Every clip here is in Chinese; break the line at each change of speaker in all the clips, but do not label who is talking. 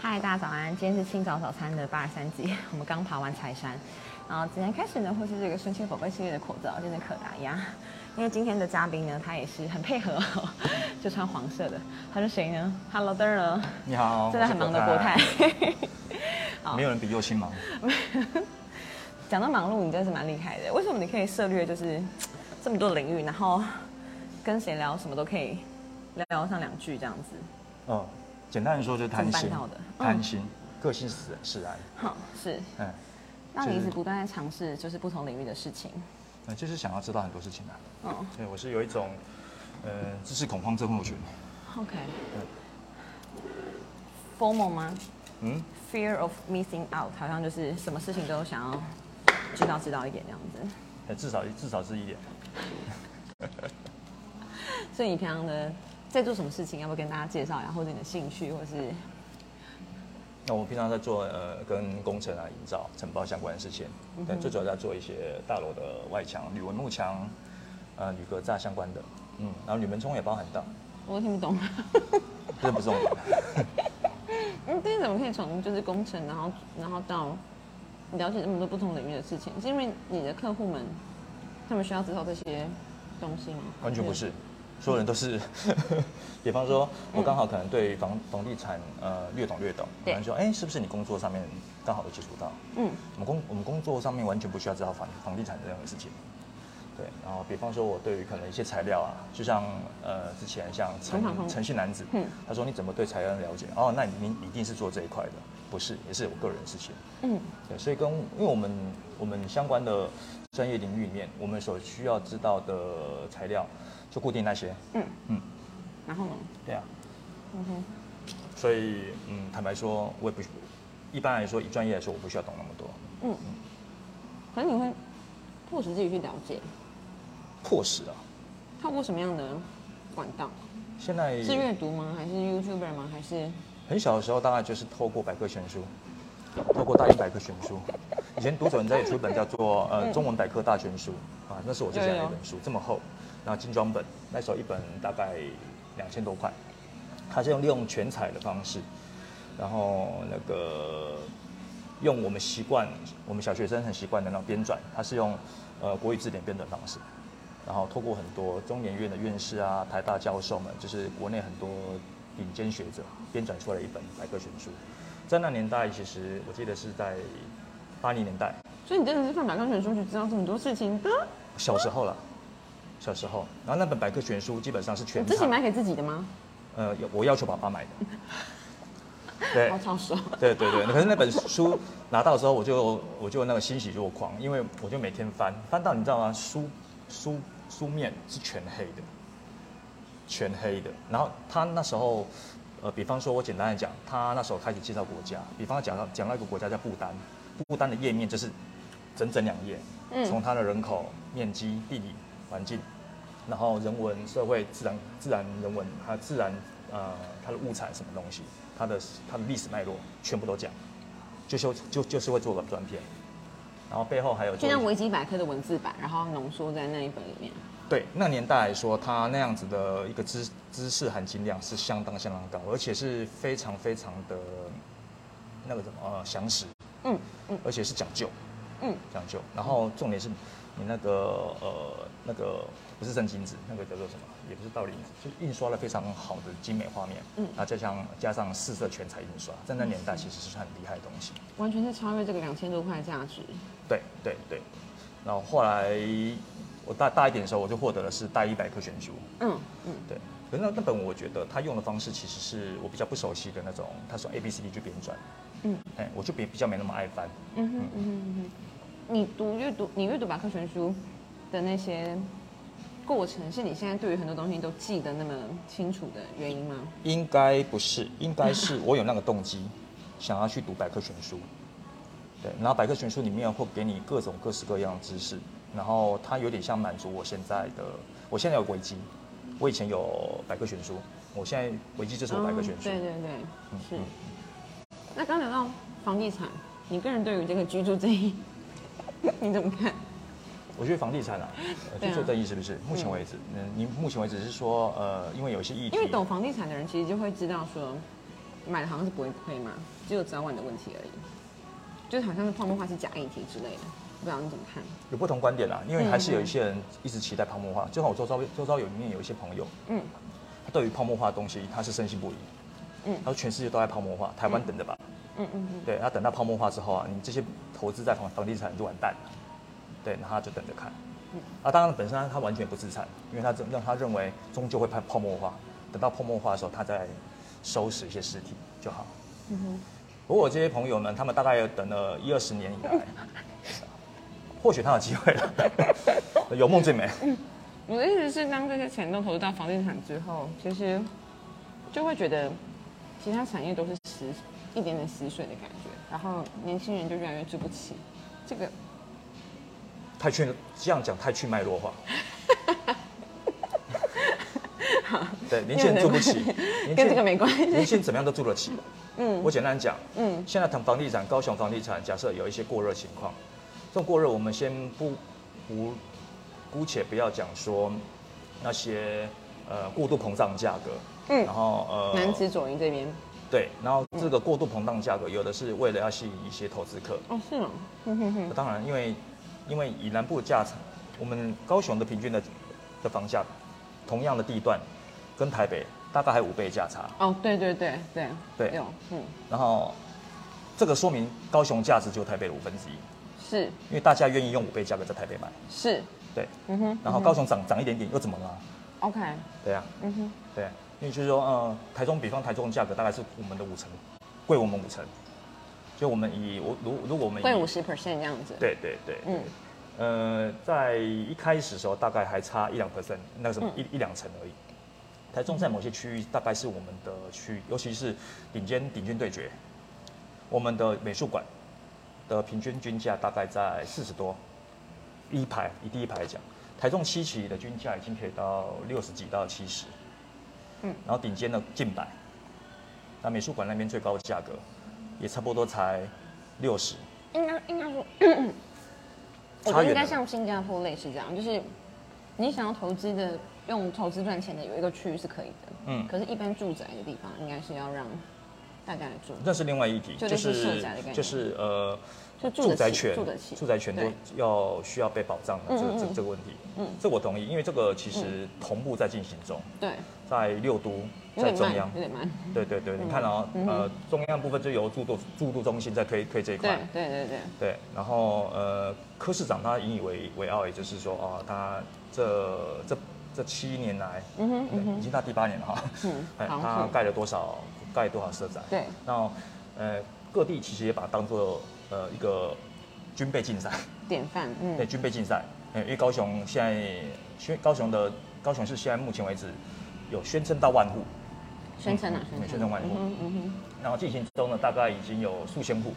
嗨，大家早安！今天是清早早餐的八十三集， 我们刚爬完柴山，然后今天开始呢，会是这个生鲜宝贝系列的口罩，就是可达鸭。因为今天的嘉宾呢，他也是很配合、 哦，就穿黄色的。他是谁呢？Hello，灯儿，
你好，
真的很忙的国泰。
我是国泰， 没有人比右青忙。
讲到忙碌，你真的是蛮厉害的。为什么你可以涉略就是嘖这么多领域，然后跟谁聊什么都可以聊上两句这样子？
嗯，简单的说就是贪
怎
心
么办到的，嗯
贪心，个性使使然。
好，是。
嗯，
那你一
就
直
是
不断在尝试就是不同领域的事情，
呃就是想要知道很多事情啊。
嗯
对，我是有一种呃知识恐慌症候群。
，OK。formal 吗？
嗯，
fear of missing out，好像就是什么事情都想要知道知道一点这样子。
呃至少至少是一点。
所以你平常的在做什么事情？要不要跟大家介绍一下，或者你的兴趣，或是
那我平常在做呃跟工程啊、营造、承包相关的事情，
嗯
对，最主要在做一些大楼的外墙、铝文幕墙、呃铝格栅相关的，嗯，然后铝门窗也包含到，
我都听不懂。
这不是重点。
嗯，但是怎么可以从就是工程，然后然后到了解那么多不同领域的事情？是因为你的客户们他们需要知道这些东西吗？
完全不是，所有人都是。
嗯
比方说，我刚好可能对房房地产呃略懂略懂，
对
可能说，哎、是不是你工作上面刚好有接触到？
嗯，
我们工我们工作上面完全不需要知道房房地产的任何事情。对，然后比方说，我对于可能一些材料啊，就像呃之前像
红房红
陈陈姓男子，
嗯
他说你怎么对材料了解？哦，那你你你一定是做这一块的，不是，也是我个人的事情。
嗯，
对，所以跟因为我们我们相关的专业领域里面，我们所需要知道的材料就固定那些。
嗯
嗯，
然后呢？
对啊。
嗯哼，
所以嗯，坦白说，我也不一般来说，以专业来说，我不需要懂那么多，
嗯，可是你会迫使自己去了解，
迫使啊。
透过什么样的管道？
现在
是阅读吗？还是 YouTuber 吗？还是
很小的时候，大概就是透过百科全书，透过大英百科全书。以前读者文摘有出一本叫做《呃中文百科大全书》啊，那是我最喜欢的一本书，这么厚，然后精装本，那时候一本大概两千多块。它是用利用全彩的方式，然后那个用我们习惯，我们小学生很习惯的那种编纂，它是用呃国语字典编纂方式。然后透过很多中研院的院士啊、台大教授们，就是国内很多顶尖学者编纂出来一本百科全书。在那年代，其实我记得是在八零年代，
所以你真的是看百科全书就知道这么多事情的？
小时候了，小时候。然后那本百科全书基本上是
你
全
自己
场，
买给自己的吗？
呃，有我要求爸爸买的。对
好，哦超熟。
对对对，可是那本书拿到的时候，我就我就那个欣喜若狂，因为我就每天翻，翻到你知道吗？书书书面是全黑的，全黑的。然后他那时候，呃，比方说我简单的讲，他那时候开始介绍国家，比方讲到讲到一个国家叫不丹，不丹的页面就是整整两页，
嗯
从它的人口、面积、地理环境，然后人文、社会、自然、自然人文，它自然呃它的物产什么东西，它的它的历史脉络全部都讲，就修就就是会做个专篇，然后背后还有
就
做一
像
些
维基百科的文字版，然后浓缩在那一本里面。
对那年代来说，它那样子的一个知知识含金量是相当相当高，而且是非常非常的那个什么呃详实，
嗯嗯
而且是讲究。
嗯，
讲究。然后重点是，你那个呃那个不是正金纸，那个叫做什么？也不是道理纸，就印刷了非常好的精美画面。
嗯
嗯，然后加上加上四色全彩印刷，在那年代其实是很厉害的东西。
完全是超越这个两千多块的价值。
对对对。然后后来我大大一点的时候，我就获得的是大一百科全书。
嗯嗯，
对，可是那那本我觉得他用的方式其实是我比较不熟悉的那种，他说 A B C D 就编撰。
嗯
嗯，哎，我就比比较没那么爱翻。
嗯哼嗯哼嗯哼。你读阅读，你阅读百科全书的那些过程，是你现在对于很多东西都记得那么清楚的原因吗？
应该不是，应该是我有那个动机，想要去读百科全书。对，然后百科全书里面会给你各种各式各样的知识，然后它有点像满足我现在的，我现在有维基，我以前有百科全书，我现在维基就是我百科全
哦
书。
对对对，是
嗯。
那刚聊到房地产，你个人对于这个居住正义， 你怎么看？
我觉得房地产啊，呃
对啊
居住正义是不是？目前为止，嗯，您目前为止是说，呃，因为有一些议题
因为，懂房地产的人其实就会知道说，买的好像是不会亏嘛，只有早晚的问题而已，就是好像是泡沫化是假议题之类的，不知道你怎么看？
有不同观点啊啦，因为还是有一些人一直期待泡沫化，就像我周遭周遭有里面有一些朋友，
嗯
他对于泡沫化的东西他是深信不疑，
嗯
他说全世界都在泡沫化，台湾等着吧，
嗯嗯嗯，
对，他等到泡沫化之后啊，你这些投资在房房地产就完蛋了，对，然后他就等着看
嗯，
啊，当然本身他他完全不自产，因为他认让他认为终究会泡泡沫化，等到泡沫化的时候，他再收拾一些尸体就好。
嗯哼，
不过我这些朋友呢，他们大概有等了一二十年以来，或许他有机会了，有梦最美。
嗯我的意思是，当这些钱都投资到房地产之后，其实就会觉得其他产业都是死一点点死水的感觉，然后年轻人就越来越支不起。这个
太去这样讲太去脉 络化。对，年轻人住不起，年轻
跟
人
这个没关系
年轻 人怎么样都住得起。
嗯
我简单讲，
嗯
现在谈房地产，高雄房地产假设有一些过热情况，这种过热我们先不不姑且不要讲说那些呃过度膨胀价格，
嗯
然，后呃
南子左营这边
对，然后这个过度膨胀价格，有的是为了要吸引一些投资客，
哦是哦，哼哼哼，
当然，因为因为以南部的价差，我们高雄的平均的的房价，同样的地段，跟台北大概还有五倍价差。
哦对对对对
对
有嗯
然后，这个说明高雄价值只有台北的五分之一，
是
因为大家愿意用五倍价格在台北买。
是
对，
嗯哼，
然后高雄涨涨一点点又怎么了？
OK
对啊，
嗯哼
对，因为就是说，呃，台中比方台中的价格大概是我们的五成，贵我们五成，所以我们以我如如果我们以
贵五十 percent 这样子，
对对对，
嗯
呃，在一开始的时候，大概还差一两 percent，那个什么、
嗯
一一两成而已。台中在某些区域，大概是我们的区域，尤其是顶尖顶尖对决，我们的美术馆的平均均价大概在四十多，一排以第一排来讲，台中七期的均价已经可以到六十几到七十，
嗯，
然后顶尖的近百，那美术馆那边最高的价格也差不多才六十，
应该应该 说，我觉
差
得
远
应该
了。
像新加坡类似这样，就是你想要投资的，用投资赚钱的有一个区域是可以的，
嗯
可是，一般住宅的地方应该是要让大家来住，
那是另外一题，
就
就
类似社
是
宅的概念
就是呃，
就住
住
得
宅
起
权
住得起
住宅权都
对
要需要被保障的这
嗯嗯
个这
嗯
这个问题，
嗯
这我同意，因为这个其实同步在进行中，
对，
在六都，
有
在
点
中
慢嗯
央，，
有点慢，
对对对，你看啊，呃，中央部分就由住都住都中心在推推这一
对
块，
对对对，
对，然后呃，柯市长他引以为为傲，也就是说啊，他这这这七年来，
嗯哼嗯
已经到第八年了哈，
嗯，
哎，
好
他
像是，
盖了多少盖多少社宅？
对，
那呃各地其实也把它当做呃一个军备竞赛，
典范，
对，
嗯，
军备竞赛。哎因为高雄现在，宣高雄的高雄市现在目前为止有宣称到万户，
宣称啊
嗯
宣
宣
称
称，万户
嗯哼嗯哼，
然后进行中呢大概已经有数千户，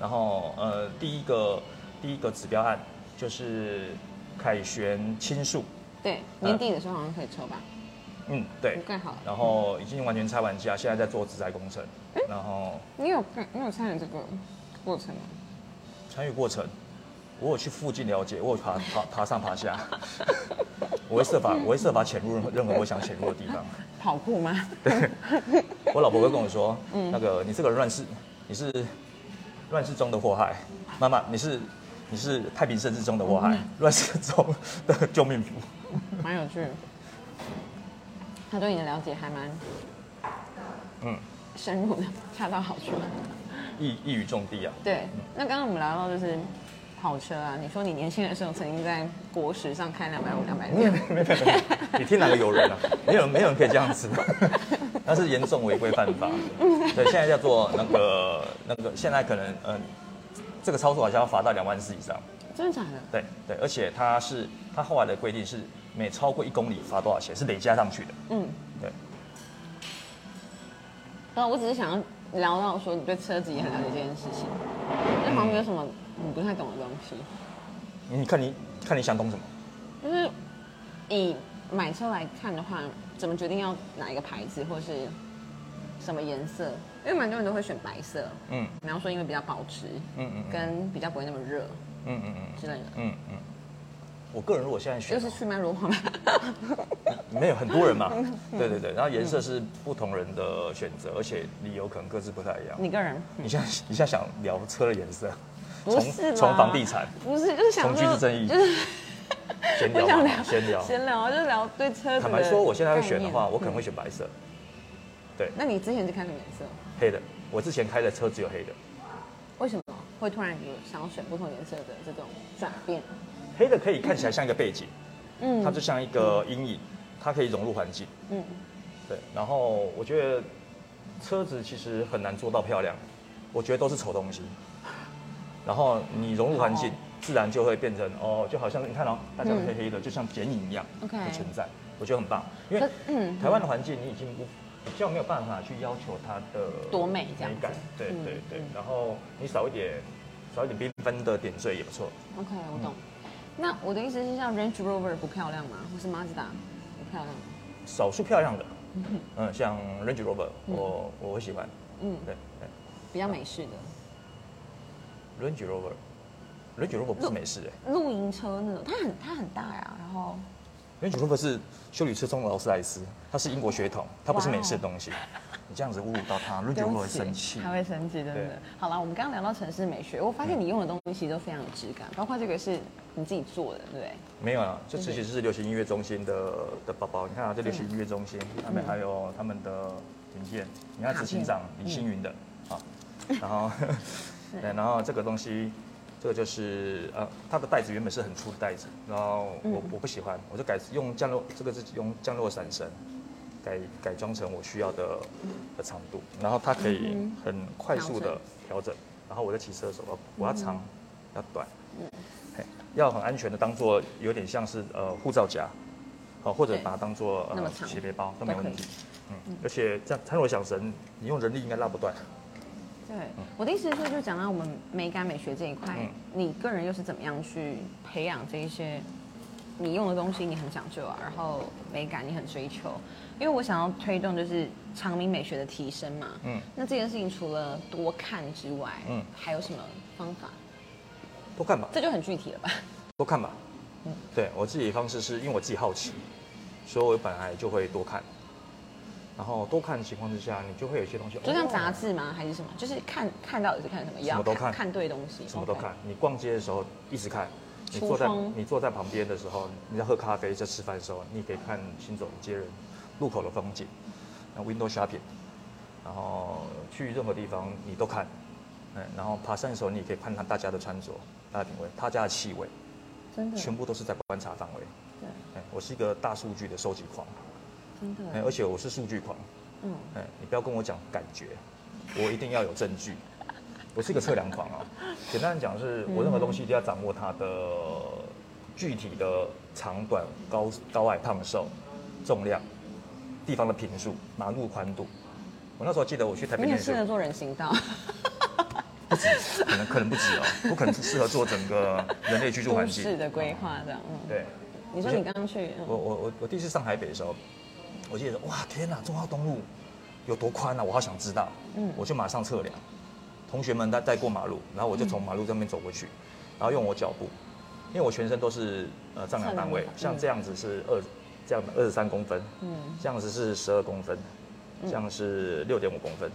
然后呃第一个第一个指标案就是凯旋青树，
对，
呃
年底的时候好像可以抽吧，
嗯对
我，盖好了，
然后已经完全拆完家，现在在做自宅工程，然后。
你有盖，你有参与这个过程吗？
参与过程，我有去附近了解，我有爬爬爬上 爬下，我会设法，我会设法潜入任何任何我想潜入的地方。
跑酷吗？
我老婆会跟我说，那个你这个人乱世，你是乱世中的祸害，妈妈你是你是太平盛世中的祸害，乱世中的救命符。
蛮有趣的。他对你的了解还蛮，
嗯，
深入的，恰到好处。
一一语中的啊，
对，那刚刚我们聊到就是跑车啊，你说你年轻的时候曾经在国时上开两百五、两百
没
六
有没，有没有没有，你听哪个有人啊？没有人没有人可以这样子， 那是严重违规犯法。对，现在叫做那个那个，现在可能呃，这个操作好像要罚到两万四以上。
真的假的？
对对，而且它是它后来的规定是每超过一公里罚多少钱，是累加上去的。
嗯，
对，
那我只是想要聊到说你对车子也很了解这件事情，
嗯
那旁边有什么你不太懂的东西？
你看你看你想懂什么？
就是以买车来看的话，怎么决定要哪一个牌子或是什么颜色？因为蛮多人都会选白色，
嗯
然后说因为比较保值，
嗯嗯嗯
跟比较不会那么热
嗯嗯嗯
之类的。
嗯嗯，我个人如果现在选
就
哦，
是去卖罗马吗？
没有很多人嘛，
嗯
对对对，然后颜色是不同人的选择，而且理由可能各自不太一样。
你个人
你现在你现在想聊车的颜色，
不
从
是吧
从房地产
不是就是想
从居
说，
住正义
就是
闲
我
聊
想
嘛，
聊
闲聊。
闲聊就是聊对车子。
坦白说，我现在要选的话，我可能会。选白色，
嗯那你之前是看什么颜色？
黑的。我之前开的车只有黑的，
为什么会突然有想要选不同颜色的这种转变？
黑的可以看起来像一个背景，
嗯
它就像一个阴影，它可以融入环境。
嗯
对，然后我觉得车子其实很难做到漂亮，我觉得都是丑东西。然后你融入环境
好，
自然就会变成哦，就好像你看哦，大家都黑黑的，就像剪影一样
嗯 OK
的存在，我觉得很棒。因为
可嗯
台湾的环境你已经不比较没有办法去要求它的
多美这样
美感
子，
对
嗯
对对
嗯。
然后你少一点少一点缤纷的点缀也不错。
，OK，我懂。
嗯
那我的意思是，像 Range Rover 不漂亮吗？或是 Mazda 不漂亮？
少数漂亮的，嗯，像 Range Rover，我我会喜欢，
嗯，
对。对
比较美式的
Range Rover，Range Rover 不是美式哎、
露营车那种，它很它很大呀，然后
欸 Range Rover 是修理车中的劳斯莱斯，它是英国血统，它不是美式的东西。你这样子侮辱到它，Range
对
Rover
不
会
起
生气。
他会生气，真的
对。嗯
好了，我们刚刚聊到城市美学，我发现你用的东西都非常有质感，包括这个是你自己做的，对不对？
没有啊，这其实是流行音乐中心的的包包。你看啊，这流行音乐中心，他们还有他们的影片，你看执行长李星云的啊， 然后对，然后这个东西。这个就是呃，它的袋子原本是很粗的袋子，然后我我不喜欢，我就改用降落，这个是用降落伞绳改改装成我需要的的长度，然后它可以很快速的嗯调整，嗯然后我在骑车的时候，我要长，要短，嘿要很安全的当做有点像是呃护照夹，好、或者
对
把它当做
那
呃
么长
斜背包
都
都没问
可以
题。嗯，而且这样参若想绳，你用人力应该拉不断。
对，我的意思是，就讲到我们美感美学这一块
嗯，
你个人又是怎么样去培养这一些？你用的东西你很讲究啊，然后美感你很追求，因为我想要推动就是长明美学的提升嘛。嗯
嗯，
那这件事情除了多看之外，嗯
嗯，
还有什么方法？
多看吧，
这就很具体了吧？
多看吧。
嗯
对我自己的方式是因为我自己好奇，所以我本来就会多看。然后多看的情况之下，你就会有一些东西，
就像
哦
杂志吗？还是什么？就是看看到底是看什么，也要
什么都看
看对东西，
什么都
OK
看。。你逛街的时候一直看，你
橱
坐在
窗
你坐在旁边的时候，你在喝咖啡、在吃饭的时候，你可以看行走的街人、路口的风景，那 window shopping，然后去任何地方你都看，嗯，然后爬山的时候你也可以看看大家的穿着、大家的品味、他家的气味，
真的，
全部都是在观察范围。
对，
哎，我是一个大数据的收集狂，
真
哎，
的，
而且我是数据狂，
嗯，
哎，你不要跟我讲感觉，我一定要有证据。我是一个测量狂啊，简单地讲是，
嗯
我任何东西一定要掌握它的具体的长短、高高矮、胖瘦、重量、地方的平数、马路宽度。我那时候记得我去台北
你很
念书
适，合做人行道，
不止，可能可能不止哦，我可能适合做整个人类居住
都
环境
市的规划这样。嗯，
对，
你说你刚刚去，嗯
我我我我第一次上台北的时候，我记得哇天哪，中华东路有多宽啊？我好想知道。
嗯
我就马上测量，同学们在在过马路，然后我就从马路上面走过去，然后用我脚步，因为我全身都是呃丈量单
丈
位
量单，
像这样子是二这样二十三公分，
嗯，
这样子是十二公分，这样是六点五公分，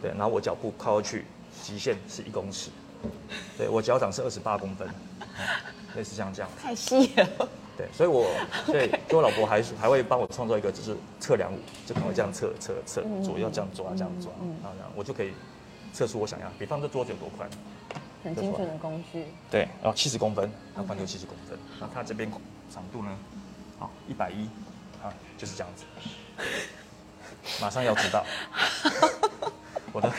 对，然后我脚步靠过去，极限是一公尺，对我脚掌是二十八公分，嗯类似像这样。
太细了，
对，所以我所以所以我老婆还是还会帮我创造一个就是测量，就可能这样测测测左右这样抓这样抓，然后这样我就可以测出我想要，比方这桌子有多宽，
很精准的工具。
对，然后七十公分，那宽度七十公分，那它这边长度呢，好一百一，啊就是这样子，马上要知道，我的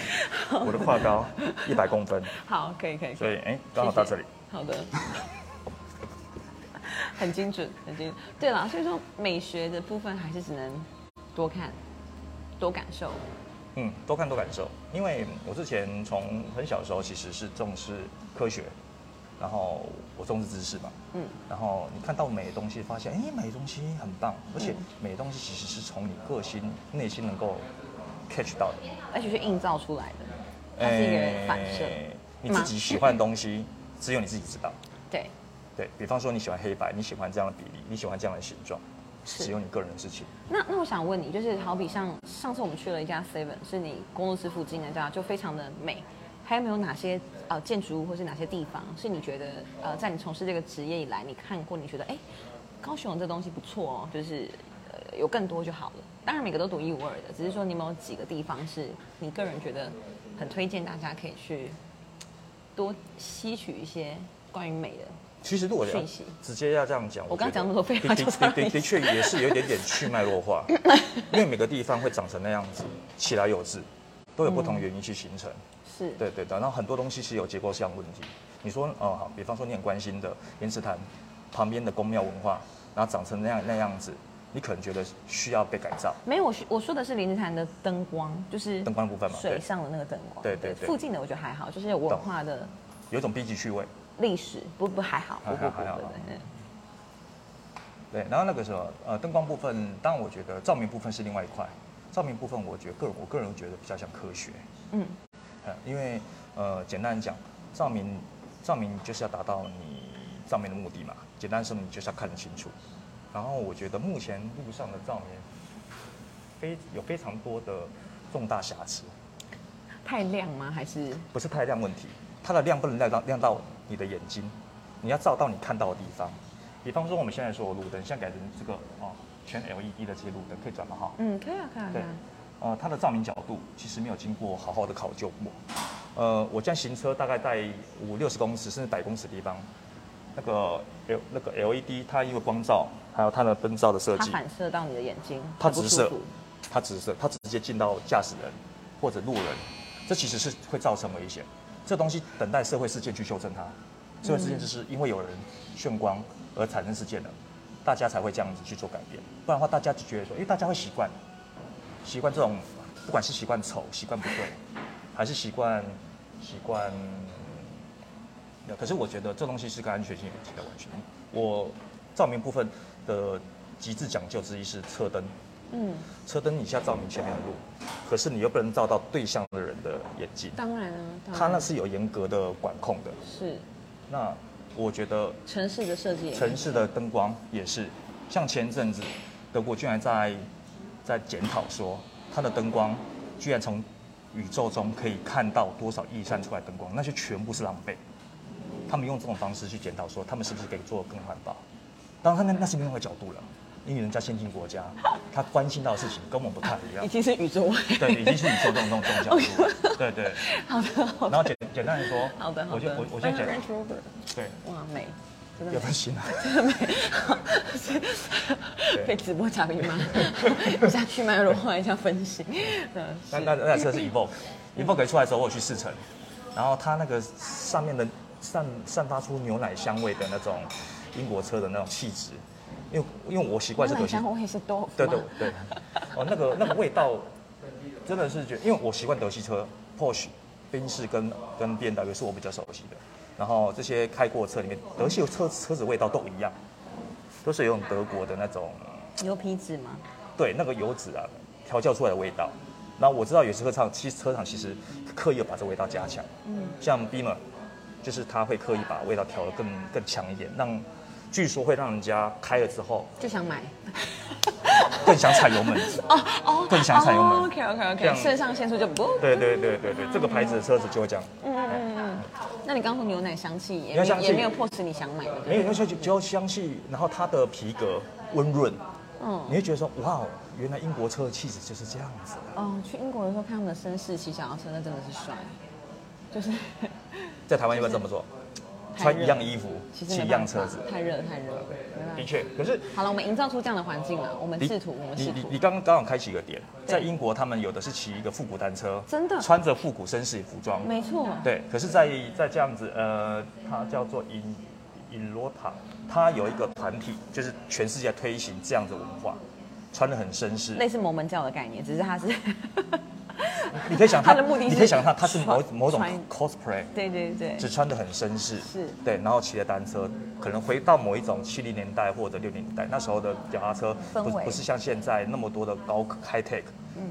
我的跨高一百公分，
好，可以可以，可
所以哎刚好到这里，
好的， 很精准，很精准。对啦，所以说美学的部分还是只能多看，多感受。
嗯，多看多感受，因为我之前从很小的时候其实是重视科学，然后我重视知识嘛，
嗯，
然后你看到美的东西，发现哎，美的东西很棒，而且
嗯
美的东西其实是从你个心内心能够 catch 到的，
而且是映照出来的，它是一个反射。
哎你自己喜欢的东西，只有你自己知道，
对，
对比方说你喜欢黑白，你喜欢这样的比例，你喜欢这样的形状，
是
只有你个人的事情。
那那我想问你，就是好比像上次我们去了一家 Seven，是你工作室附近的家，就非常的美。还有没有哪些呃建筑物或是哪些地方是你觉得呃在你从事这个职业以来，你看过你觉得哎、高雄这东西不错哦，就是呃有更多就好了。当然每个都独一无二的，只是说你有没有几个地方是你个人觉得很推荐大家可以去多吸取一些关于美的。
其实如果要
讯息
直接要这样讲，
我刚
觉得
讲那么多废话
的
就
的
让
的
你
的确也是有一点点去脉弱 化，因为每个地方会长成那样子，起来有致，都有不
嗯
同原因去形成。
是，
对对的，然后很多东西是有结构上问题。你说，哦、好，比方说你很关心的莲池潭旁边的宫庙文化，然后长成那样那样子，你可能觉得需要被改造，
没有我说我说的是林志潭的灯光，就是
灯光的部分嘛，
水
对，
上的那个灯光，
对对对
附近的我觉得还好，就是有文
懂
化的
有一种 B 级趣味。
历史，不不还好，不不
还好
不，
还好
对对对
对，然后那个时候，呃，灯光部分，当然我觉得照明部分是另外一块，照明部分我觉得个人我个人觉得比较像科学，
嗯，
呃，因为呃，简单讲，照明照明就是要达到你照明的目的嘛，简单说你就是要看得清楚。然后我觉得目前路上的照明非有非常多的重大瑕疵，
太亮吗？还是
不是太亮问题，它的亮不能亮到亮到你的眼睛，你要照到你看到的地方。比方说我们现在说的路灯，现在改成这个哦全 LED 的这些路灯可以转吗？哈，
嗯，可以啊，可以啊，可以
对
啊，
呃，它的照明角度其实没有经过好好的考究过。呃，我这样行车大概在五六十公尺甚至百公尺的地方，那个 L 那个 LED 它因为光照还有它的灯罩的设
它
计，
反射到你的眼睛，
它
很不
直
舒
射
服
它直射，它直接进到驾驶人或者路人，这其实是会造成危险。这东西等待社会事件去修正它。社会事件就是因为有人炫光而产生事件的，大家才会这样子去做改变。不然的话，大家就觉得说，因为大家会习惯，习惯这种，不管是习惯丑、习惯不对，还是习惯习惯。可是我觉得这东西是跟安全性有极大关系。我照明部分的极致讲究之一是车灯。
嗯，
车灯你下照明前面的路，可是你又不能照到对向的人的眼睛，
当然啊，当
它那
然
是有严格的管控的。
是
那我觉得
城市的设计也是，
城市的灯光也是，像前阵子德国居然在在检讨说，它的灯光居然从宇宙中可以看到多少溢散出来灯光，那些全部是浪费。他们用这种方式去检讨说，他们是不是可以做得更环保？当然，那那是另外一个角度了，因为人家先进国家，他关心到的事情跟我们不太一 样
已。经是宇宙 外，
对，已经是你受众众众角度了。对对。
好的，好
然
的，
后简简单的说，
好的，好
我就
的，
我我先讲，
啊 Range Rover，
对，
哇，美，真的
要
美
不。行啊。
被直播嘉宾 骂，一下去脉弱化，一下分析，嗯，
那
是
那那台车是 Evoke，Evoke 出来的时候我有去试乘，然后它那个上面的散散发出牛奶香味的那种英国车的那种气质，因为因为我习惯是
牛奶
德系
香我也是豆
对
腐
对
吗？
对，哦，那个那个味道，真的是觉得，因为我习惯德系车，Porsche、宾士跟跟 B M W 是我比较熟悉的，然后这些开过的车里面，德系车车子味道都一样，都是有种德国的那种
牛皮纸吗？
对那个油脂啊调教出来的味道。那我知道有些车厂其实车厂其实刻意有把这味道加强，
嗯
像 Beamer，就是它会刻意把味道调得更更强一点，让据说会让人家开了之后
就想买
更想踩油门。
哦哦，
更想踩油门
OK OK
这
OK，
样
肾上腺素就不。
对对对对对，这个牌子的车子就会这样。
嗯嗯嗯嗯。那你刚说牛奶香气也
牛奶
没
香气
也没有迫使你想买，对不
没
对
有，那时候就就香气，然后它的皮革温润，
嗯
你。会觉得说，哇哦，原来英国车的气质就是这样子啊的。
哦，去英国的时候看他们的绅士骑小轿车，那真的是帅，就是
在台湾要不要这么做？
太热
穿一样衣服，
其
骑
实没
一
办
样
法
车子，
太热太热，没办
的
法。
确。可是
好了，我们营造出这样的环境了，我们
你
试图，我们
你
试
你
图
你，刚刚刚好开启一个点，
对
在英国他们有的是骑一个复古单车，
真的
穿着复古绅士服装，
没错，
对。可是在，在这样子，呃，它叫做引引罗塔，它有一个团体，就是全世界推行这样的文化，穿的很绅士，
类似摩门教的概念，只是它是，
你可以想他
他的目的是
你可以想他，他是某
穿
某种
穿
cosplay，
对对对，
只穿的很绅士，
是
对，然后骑着单车，可能回到某一种七零年代或者六零年代那时候的脚踏车，
氛
不
围
不是像现在那么多的高 high tech，、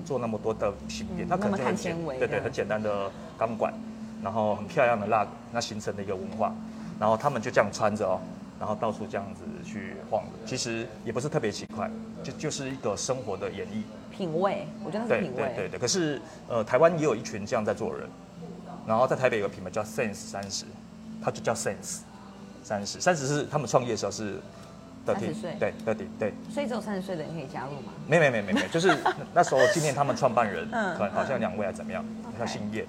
做那么多的芯片，
嗯
它可能
那么
就
碳
很
纤
简
维，
对
这
对，
样
很简单的钢管，然后很漂亮的蜡，那形成的一个文化，然后他们就这样穿着哦，然后到处这样子去晃的。其实也不是特别奇怪，就就是一个生活的演绎。
品味，我觉得它是
对
品
对对
味，
对。可是呃，台湾也有一群这样在做的人，然后在台北有个品牌叫 Sense 三十，它就叫 Sense 三十，三十是他们创业的时候是
30
30。
岁
对对对对，
所以只有三十岁的人可以加入嘛。
没没没没没，就是那 那时候纪念他们创办人，
嗯
可能好像两位还怎么样，叫姓叶，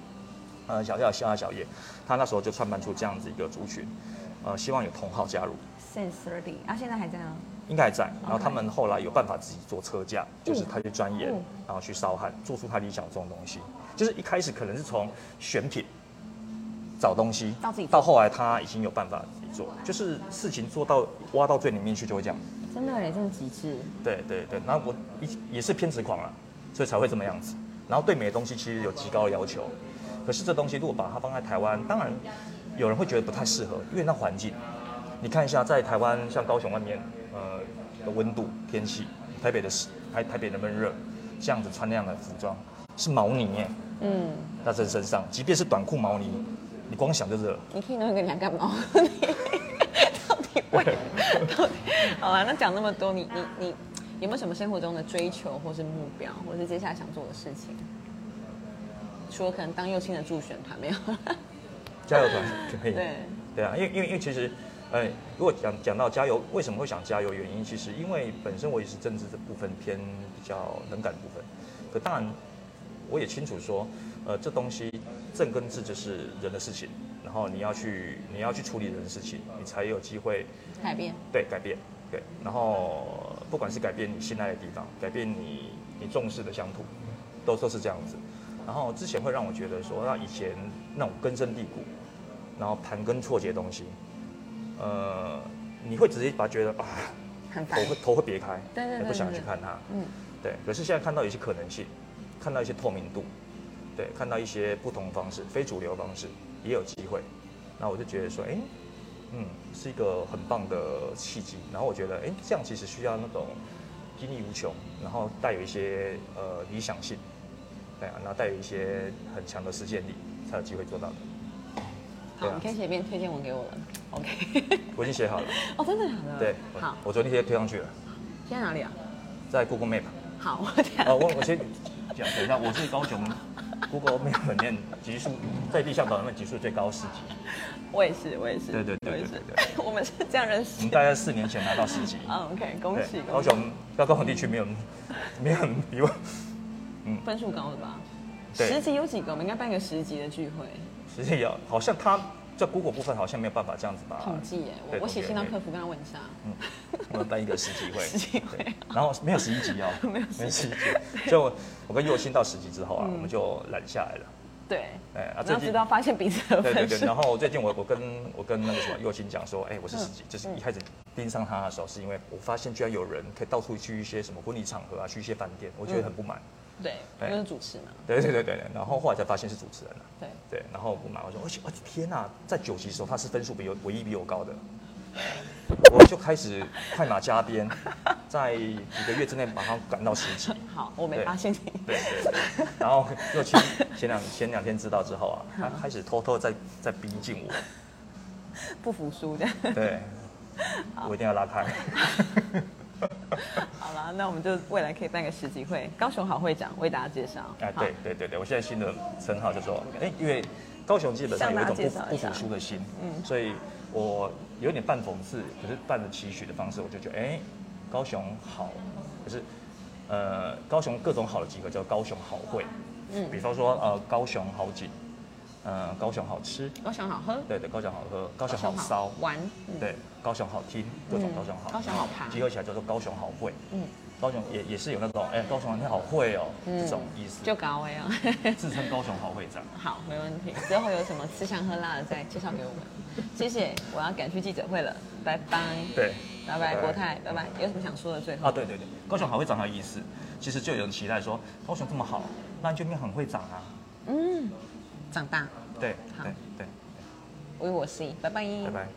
呃小叫小小叶，他那时候就创办出这样子一个族群，呃希望有同好加入，
Since thirty 啊，现在还在吗？
应该还在。然后
OK
他们后来有办法自己做车架，就是他去钻研
嗯，
然后去烧焊，做出他理想中的东西。就是一开始可能是从选品找东西
到自己，做
到后来他已经有办法自己做，就是事情做到挖到最里面去就会这样。
真的耶，真的极致。
对对对，然后我一也是偏执狂啦，所以才会这么样子。然后对美的东西其实有极高的要求，可是这东西如果把它放在台湾，当然有人会觉得不太适合，因为那环境，你看一下在台湾像高雄外面，呃的温度、天气，台北的湿台台北那么热，这样子穿那样的服装是毛呢耶，
嗯，
那在身上，即便是短裤毛呢，你光想就热。
你可以弄一个凉感毛，你到底为到底？好啊，那讲那么多，你你你有没有什么生活中的追求，或是目标，或是接下来想做的事情？除了可能当右青的助选团没有？
加油团就可以。
对
对啊，因为因为因为其实，呃，如果讲讲到加油，为什么会想加油？原因其实因为本身我也是政治这部分偏比较冷感的部分，可当然我也清楚说，呃，这东西政跟治就是人的事情，然后你要去你要去处理人的事情，你才有机会
改变？
对改变对，然后不管是改变你信赖的地方，改变你你重视的乡土，都都是这样子。然后之前会让我觉得说，啊那以前那种根深蒂固，然后盘根错节的东西，呃，你会直接把它觉得啊，
很烦
头。会头会别开，哎
对对对
也不想去
对
看它。
嗯，
对，可是现在看到一些可能性，看到一些透明度，对，看到一些不同方式、非主流方式也有机会。那我就觉得说，哎，嗯，是一个很棒的契机。然后我觉得，哎，这样其实需要那种精力无穷，然后带有一些呃理想性，对啊，然后带有一些很强的实践力，才有机会做到的。
好，
对啊
你可以写一篇推荐文给我了。OK。
我已经写好了，
哦，真的假的？
对，
好，
我我昨天贴贴上去了，
现在哪里啊？
在 Google Map。
好，我等一下
哦，我我先讲等一下，我是高雄 Google Map 里面级数在地向导里面级数最高十级，
我也是，我也是，
对对对
我也是
对 对，
我们是这样认
我
识
们。大概四年前拿到十级。
嗯，OK，恭喜
对，
恭
高
喜，
雄到高雄地区没有人没有人比我
分数高了吧？
对
十级有几个？我们应该办个十级的聚会，
实际有，好像他在 Google 部分好像没有办法这样子把
统计耶。我
对
我写信到客
统
服跟他问一下。
计我们办一个十级
十级
会，
会
对然后没有十一级哦，没有十一级，就我跟佑兴到十级之后啊，我们就揽下来了。
对，
哎，啊，
然
最
后嗯
近
知道发现彼此的
对对
分
对，
数
然。后最近我我跟我跟那个什么佑青讲说，哎、我是十级，就是一开始盯上他的时候，是因为我发现居然有人可以到处去一些什么婚礼场合啊，去一些饭店，我觉得很不满。
对，
哎
就是主持嘛。
对对对对对，然后后来才发现是主持人了、啊。
对，
对，然后不满，我说，而且而且天呐，在九级的时候他是分数比我唯一比我高的，我就开始快马加鞭，在几个月之内把他赶到十级。
好，我没
对
发现你。
对对对，然后又前前两前两天知道之后啊，他开始偷偷在在逼近我。
不服输的。
对，我一定要拉开。 啊
好了，那我们就未来可以办个十级会，高雄好会长为大家介绍。
哎，
好
对，对对对，我现在新的称号叫做，哎，因为高雄基本上有一
向大家
种不
介绍
不
一下
服输的心，嗯，所以我有点半讽刺，可是半的期许的方式，我就觉得，哎，高雄好，可是，呃，高雄各种好的集合叫高雄好会，嗯，比方说呃高雄好景，呃高雄好吃，
高雄好喝，
对对，高雄好喝，高雄好骚，
玩，嗯
对，高雄好听，各种
嗯
高雄好，
高雄好爬
集合起来叫做高雄好会，
嗯，
高雄也也是有那种，哎、高雄啊你好会哦，
嗯
这种意思，
就高威啊。
自称高雄好会长。
好，没问题。之后有什么吃香喝辣的再介绍给我们。 谢谢，我要赶去记者会了，拜拜。
对，
拜拜，国泰，拜拜。有什么想说的？最后
啊，，对对对，高雄好会长还有意思，其实就有人期待说，高雄这么好，那你就面很会长啊。
嗯，长大，
对
好嗯
对对，
唯我是，拜拜，
拜拜。